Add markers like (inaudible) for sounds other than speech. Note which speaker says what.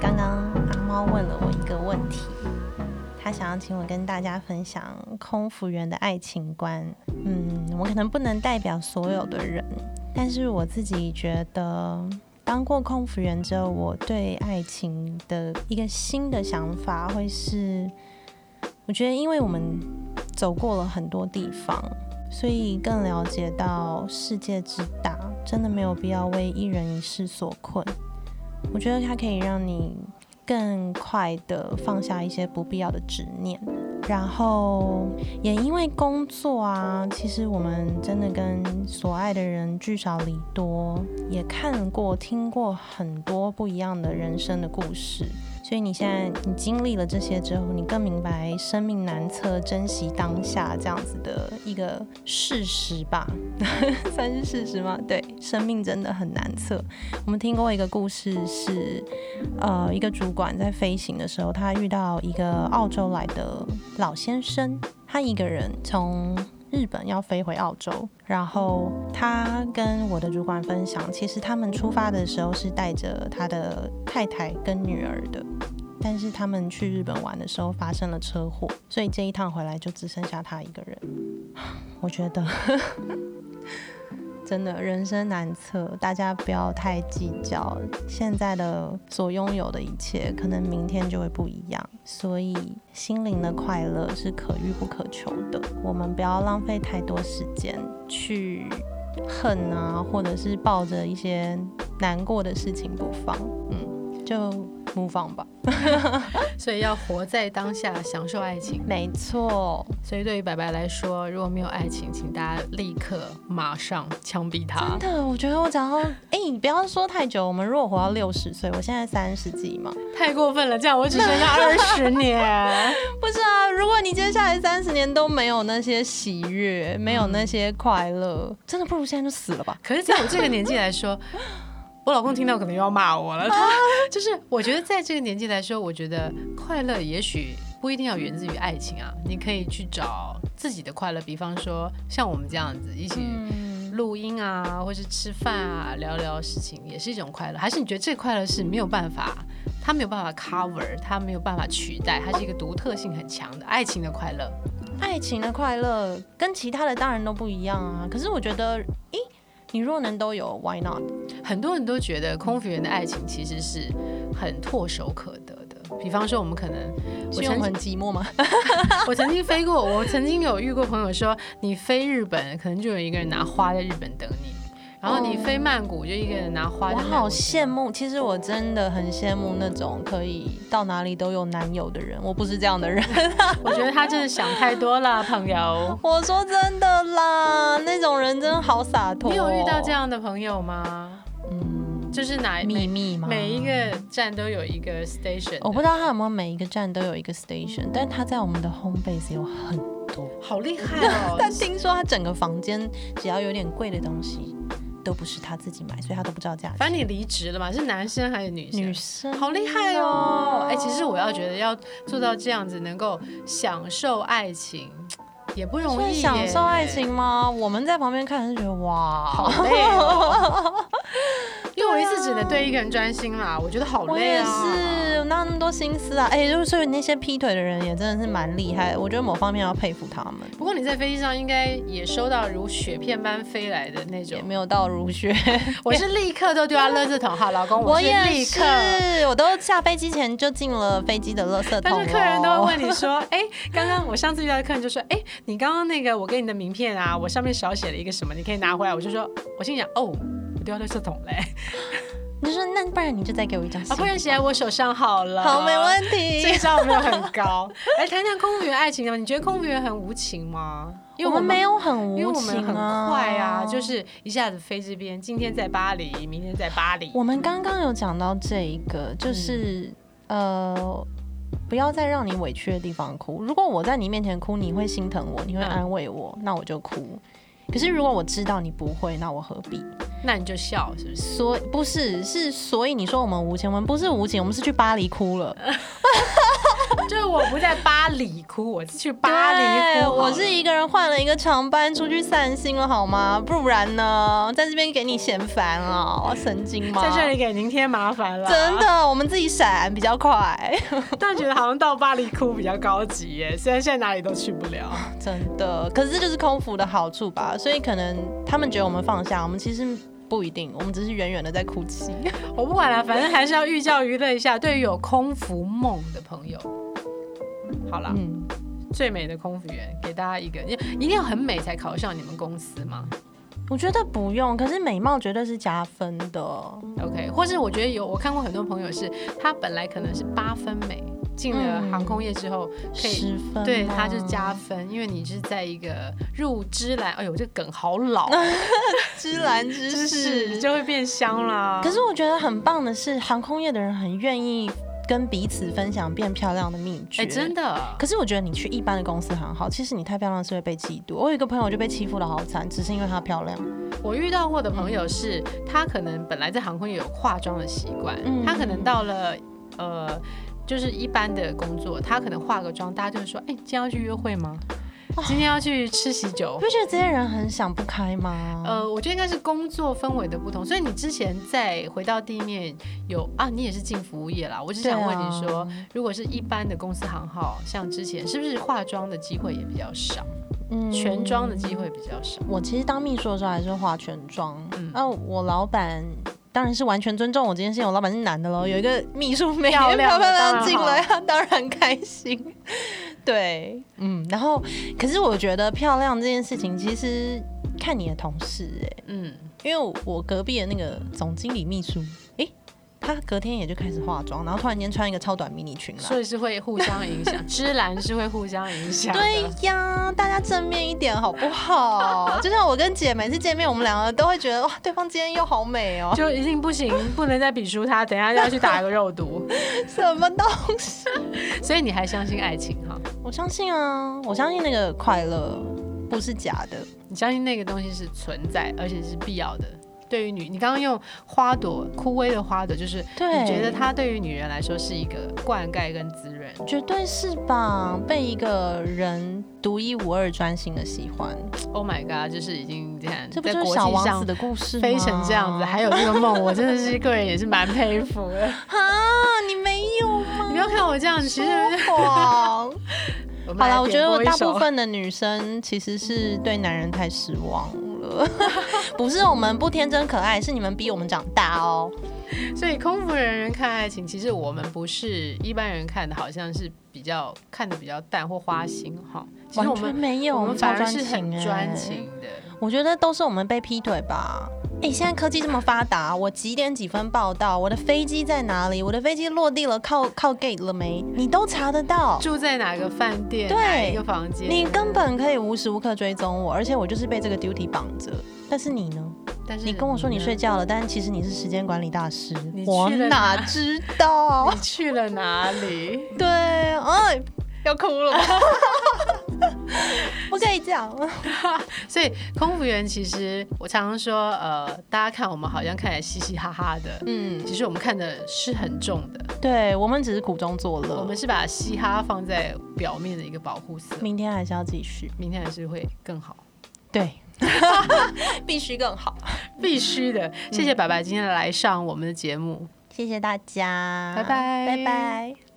Speaker 1: 刚刚阿猫问了我一个问题，他想要请我跟大家分享空服员的爱情观。嗯，我可能不能代表所有的人，但是我自己觉得，当过空服员之后，我对爱情的一个新的想法会是，我觉得因为我们走过了很多地方，所以更了解到世界之大，真的没有必要为一人一事所困。我觉得它可以让你更快的放下一些不必要的执念，然后也因为工作啊，其实我们真的跟所爱的人聚少离多，也看过、听过很多不一样的人生的故事。所以你现在你经历了这些之后，你更明白生命难测，珍惜当下这样子的一个事实吧，算是事实吗？对，生命真的很难测。我们听过一个故事是，呃，一个主管在飞行的时候，他遇到一个澳洲来的老先生，他一个人从日本要飞回澳洲，然后他跟我的主管分享，其实他们出发的时候是带着他的太太跟女儿的。但是他们去日本玩的时候发生了车祸，所以这一趟回来就只剩下他一个人。 (sighs) 我觉得真的人生难测，大家不要太计较现在的所拥有的一切，可能明天就会不一样。所以心灵的快乐是可遇不可求的，我们不要浪费太多时间去恨啊，或者是抱着一些难过的事情不放，嗯，就不放吧。
Speaker 2: 所以要活在当下，享受爱情。
Speaker 1: 没错，
Speaker 2: 所以对于白白来说，如果没有爱情，请大家立刻马上枪毙他
Speaker 1: 真。的，我觉得我只要，哎、你不要说太久，我们如果活到六十岁，我现在三十几嘛，
Speaker 2: 太过分了，这样我只 (laughs) 剩下二十年。
Speaker 1: 不是啊，如果你接下来三十年都没有那些喜悦，没有那些快乐，真的不如现在就死了吧。
Speaker 2: 可是，在我这个年纪来说，我老公听到可能又要骂我了。他 (laughs) 就是，我觉得在这个年纪来说，我觉得快乐也许不一定要源自于爱情啊，你可以去找自己的快乐，比方说像我们这样子一起
Speaker 1: 嗯，
Speaker 2: 录音啊，或是吃饭啊，聊聊事情也是一种快乐。还是你觉得这个快乐是没有办法，它没有办法 cover，它没有办法取代，它是一个独特性很强的爱情的快乐。
Speaker 1: 爱情的快乐跟其他的当然都不一样啊。可是我觉得，咦，你若能都有，Why not？
Speaker 2: 很多人都觉得空服员的爱情其实是很唾手可得的。比方说，我们可能
Speaker 1: 是
Speaker 2: 我
Speaker 1: 因为我
Speaker 2: 曾经
Speaker 1: 很寂寞吗？
Speaker 2: (laughs) 我曾经飞过，我曾经有遇过朋友说，你飞日本可能就有一个人拿花在日本等你，然后你
Speaker 1: 哦
Speaker 2: 飞曼谷就一个人拿花在
Speaker 1: (laughs) 我
Speaker 2: 曼谷等你。
Speaker 1: 哦好羡慕，其实我真的很羡慕那种可以到哪里都有男友的人，我不是这样的 (laughs) 人。
Speaker 2: 我觉得他真的想太多了，朋友。
Speaker 1: (laughs) 我说真的啦，那种人真的好洒脱、哦
Speaker 2: 你有遇到这？样的朋友吗？嗯，就是哪
Speaker 1: 秘
Speaker 2: 每
Speaker 1: 哦密吗？哦
Speaker 2: 每一，个站都有一个 station，
Speaker 1: 我不知道他有没有每一个站都有一个 station，但他在我们的 home base 有很多。
Speaker 2: 好厉害哦！
Speaker 1: (laughs) 但听说他整个房间只要有点贵的东西，都不是他自己买，所以他都不知道价钱。
Speaker 2: 反正你离职了嘛，是男生还是女生？
Speaker 1: 女生
Speaker 2: 好厉害哦！
Speaker 1: 嗯
Speaker 2: 哎、其实我要觉得要做到这样子，能够享受爱情，也不容
Speaker 1: 算
Speaker 2: 易耶。
Speaker 1: 啊享受爱情吗？我们在旁边看是觉得
Speaker 2: 好
Speaker 1: 哇，
Speaker 2: 累哦，因为我一次只能对一个人专心啦，我觉得好
Speaker 1: 啊我
Speaker 2: 累
Speaker 1: 也
Speaker 2: 啊。
Speaker 1: 是，哪有那么多心思啊？哎、就是所以那些劈腿的人也真的是蛮厉害的，我觉得某方面要佩服他们。
Speaker 2: 不过你在飞机上应该也收到如雪片般飞来的那种
Speaker 1: 也没有到如
Speaker 2: (laughs)
Speaker 1: 雪，
Speaker 2: 我是立刻都丢到垃圾桶。好，老公，是
Speaker 1: 也
Speaker 2: 立
Speaker 1: 是
Speaker 2: 刻。，
Speaker 1: 我都下飞机前就进了飞机的垃圾桶。
Speaker 2: 但是客人都会，问
Speaker 1: (laughs)
Speaker 2: 你说：“哎、刚刚我上次遇到的客人就说，哎、你刚刚那个我给你的名片啊，
Speaker 1: 嗯
Speaker 2: 我上面少写了一个什么，你可以拿回来。”我就说，我心想：“哦，我丢到垃圾桶
Speaker 1: (laughs)
Speaker 2: 嘞、
Speaker 1: 你就说那不然你就再给我一张新
Speaker 2: 啊，
Speaker 1: 的，
Speaker 2: 不然写在我手上好了。”
Speaker 1: (laughs) 好，没问
Speaker 2: (laughs) 这一
Speaker 1: 题。
Speaker 2: 招有没有很
Speaker 1: (laughs)
Speaker 2: 高？来谈谈空服员爱情啊的，你觉得空服员很无情吗？因为
Speaker 1: 我
Speaker 2: 我
Speaker 1: 们没
Speaker 2: 有。
Speaker 1: 有很
Speaker 2: 因为
Speaker 1: 无
Speaker 2: 我
Speaker 1: 情啊，
Speaker 2: 们很快啊，就是一下子飞这边，今天在巴黎，明天在巴黎。
Speaker 1: 我们刚刚有讲到这一个，
Speaker 2: 嗯
Speaker 1: 就是、呃，不要再让你委屈的地方哭。如果我在你面前哭，你会心疼我，你会
Speaker 2: 嗯
Speaker 1: 安慰我，那我就哭。可是如果我知道你不会，那我何必？
Speaker 2: 那你就笑，是不是？
Speaker 1: 所不是是所以你说我们无情，我们不是无情，我们是去巴黎哭了。
Speaker 2: 就是我不在巴黎哭，我去 (laughs) 巴黎
Speaker 1: 对，
Speaker 2: 哭好了。
Speaker 1: 我是一个人换了一个长班出去散心了，好吗？不然呢，在这边给你嫌烦啊、神经吗？
Speaker 2: 在这里给您添麻烦了，
Speaker 1: 真。的，我们自己闪比较
Speaker 2: (laughs)
Speaker 1: 快，
Speaker 2: 但觉得好像到巴黎哭比较高级耶， (laughs) 虽然现在哪里都去不了。
Speaker 1: 真的。可是这就是空服的好处吧，所以可能他们觉得我们放下，我们其实不一定，我们只是远远的在哭泣。
Speaker 2: 我不管了，反正还是要寓教于乐一下。对于有空服梦的朋友，好啦，
Speaker 1: 嗯，
Speaker 2: 最美的空服员给大家一个，一一定要很美才考上你们公司吗
Speaker 1: 我觉得不用，可是美貌绝对是加分的。
Speaker 2: ？OK，或是我觉得有，我看过很多朋友是，他本来可能是八分美，进了
Speaker 1: 嗯
Speaker 2: 航空业之后可以。
Speaker 1: 十分，
Speaker 2: 对，他就加分，因为你是在一个入芝兰，哎呦，这梗好老，
Speaker 1: 芝兰芝
Speaker 2: (laughs) 就是
Speaker 1: 士。
Speaker 2: 就会变香啦。
Speaker 1: 可是我觉得很棒的是，航空业的人很愿意跟彼此分享变漂亮的秘诀。
Speaker 2: 哎、真。的，
Speaker 1: 可是我觉得你去一般的公司行号，其实你太漂亮是会被嫉妒。我有一个朋友就被欺负的好惨，只是因为她漂亮。
Speaker 2: 我遇到过的朋
Speaker 1: 嗯
Speaker 2: 友是，他可能本来在航空业有化妆的习惯，
Speaker 1: 嗯
Speaker 2: 他可能到了呃，就是一般的工作，他可能化个妆，大家就会说，哎、今天要去约会吗？
Speaker 1: 哦
Speaker 2: 今天要去吃喜酒
Speaker 1: 你？不觉得这些人很想不开吗？
Speaker 2: 呃，我觉得应该是工作氛围的不同，所以你之前再回到地面有啊，你也是进服务业啦。我只
Speaker 1: 对啊，
Speaker 2: 想问你说，如果是一般的公司行号，像之前是不是化妆的机会也比较少，
Speaker 1: 嗯
Speaker 2: 全妆的机会比较少？
Speaker 1: 我其实当秘书的时候还是化全妆，
Speaker 2: 嗯
Speaker 1: 那、我老板当然是完全尊重我这件事情。我老板是男的喽，有一个秘书每天
Speaker 2: 嗯漂
Speaker 1: 漂
Speaker 2: 亮
Speaker 1: 漂亮
Speaker 2: 的当然
Speaker 1: 亮进
Speaker 2: 好
Speaker 1: 来，他当然开心。 (laughs) 对，嗯，然后可是我觉得漂亮这件事情，其实看你的同事哎、
Speaker 2: 嗯，
Speaker 1: 因为我我隔壁的那个总经理秘书，哎、他隔天也就开始化妆，然后突然间穿一个超短迷你裙来
Speaker 2: 所。以是会互相影
Speaker 1: (laughs)
Speaker 2: 响，芝兰是会互相影响的。
Speaker 1: 对呀，大家正面一点好不好？ (laughs) 就像我跟姐每次见面，我们两个都会觉得哇，对方今天又好美哦，
Speaker 2: 就一定不行，不能再比输他，等一下要去打个肉毒。
Speaker 1: (laughs) (laughs) 什么东西？
Speaker 2: 所以你还相信爱情哈？
Speaker 1: 我相信啊，我相信那个快乐不是假的。
Speaker 2: 你相信那个东西是存在，而且是必要的。对于女，你刚刚用花朵枯萎的花朵，就是
Speaker 1: 对
Speaker 2: 你觉得它对于女人来说是一个灌溉跟滋润。
Speaker 1: 绝对是吧？被一个人独一无二、专心的喜欢，
Speaker 2: Oh my god，就是已经这样，
Speaker 1: 这不
Speaker 2: 在
Speaker 1: 就是
Speaker 2: 国
Speaker 1: 小
Speaker 2: 际
Speaker 1: 王子
Speaker 2: 上
Speaker 1: 的故事吗？
Speaker 2: 飞成这样子，还有这个梦，我真的是个人也是蛮佩服
Speaker 1: (laughs)
Speaker 2: 的。
Speaker 1: 啊？你没哦有吗？
Speaker 2: 你不要看我这样，其实
Speaker 1: (laughs) 说谎。
Speaker 2: 我们
Speaker 1: 好
Speaker 2: 来
Speaker 1: 了，我觉得我
Speaker 2: 点播一
Speaker 1: 大
Speaker 2: 首
Speaker 1: 部分的女生其实是对男人太失望了，
Speaker 2: (laughs)
Speaker 1: 不是我们不天真可爱，是你们逼我们长大哦。
Speaker 2: 所以空服人人看爱情，其实我们不是一般人看的，好像是比较看的比较淡或花心哈。其实我
Speaker 1: 完全
Speaker 2: 们
Speaker 1: 没有，
Speaker 2: 我们
Speaker 1: 超
Speaker 2: 反而
Speaker 1: 专
Speaker 2: 是很
Speaker 1: 情哎
Speaker 2: 专。情的。
Speaker 1: 我觉得都是我们被劈腿吧。哎、现在科技这么发达，我几点几分报到？我的飞机在哪里？我的飞机落地了，靠靠 gate 了没？你都查得到，
Speaker 2: 住在哪个饭店，
Speaker 1: 对
Speaker 2: 哪一个房间？
Speaker 1: 你根本可以无时无刻追踪我，而且我就是被这个 duty 绑着。但是你呢？
Speaker 2: 但是
Speaker 1: 你跟我说你
Speaker 2: 呢
Speaker 1: 睡，觉了，但其实你是时间管理大师
Speaker 2: 你，去
Speaker 1: 我
Speaker 2: 了
Speaker 1: 哪
Speaker 2: 哪
Speaker 1: 知
Speaker 2: (laughs)
Speaker 1: 道？
Speaker 2: 你去了哪里？
Speaker 1: 对，哎，要哭了吧，不可以讲。
Speaker 2: (laughs) 所以空服员其实我常常说，呃，大家看我们好像看起来嘻嘻哈哈的，
Speaker 1: 嗯，
Speaker 2: 其实我们看的是很重的，
Speaker 1: 对我们只是苦中作乐，
Speaker 2: 我们是把嘻哈放在表面的一个保护色。
Speaker 1: 明天还是要继续。
Speaker 2: 明天还是会更好。 (laughs)
Speaker 1: 对，必须更好。
Speaker 2: 必须的。谢谢白白今天来上我们的节目。
Speaker 1: 谢谢大家，
Speaker 2: 拜拜
Speaker 1: 拜拜。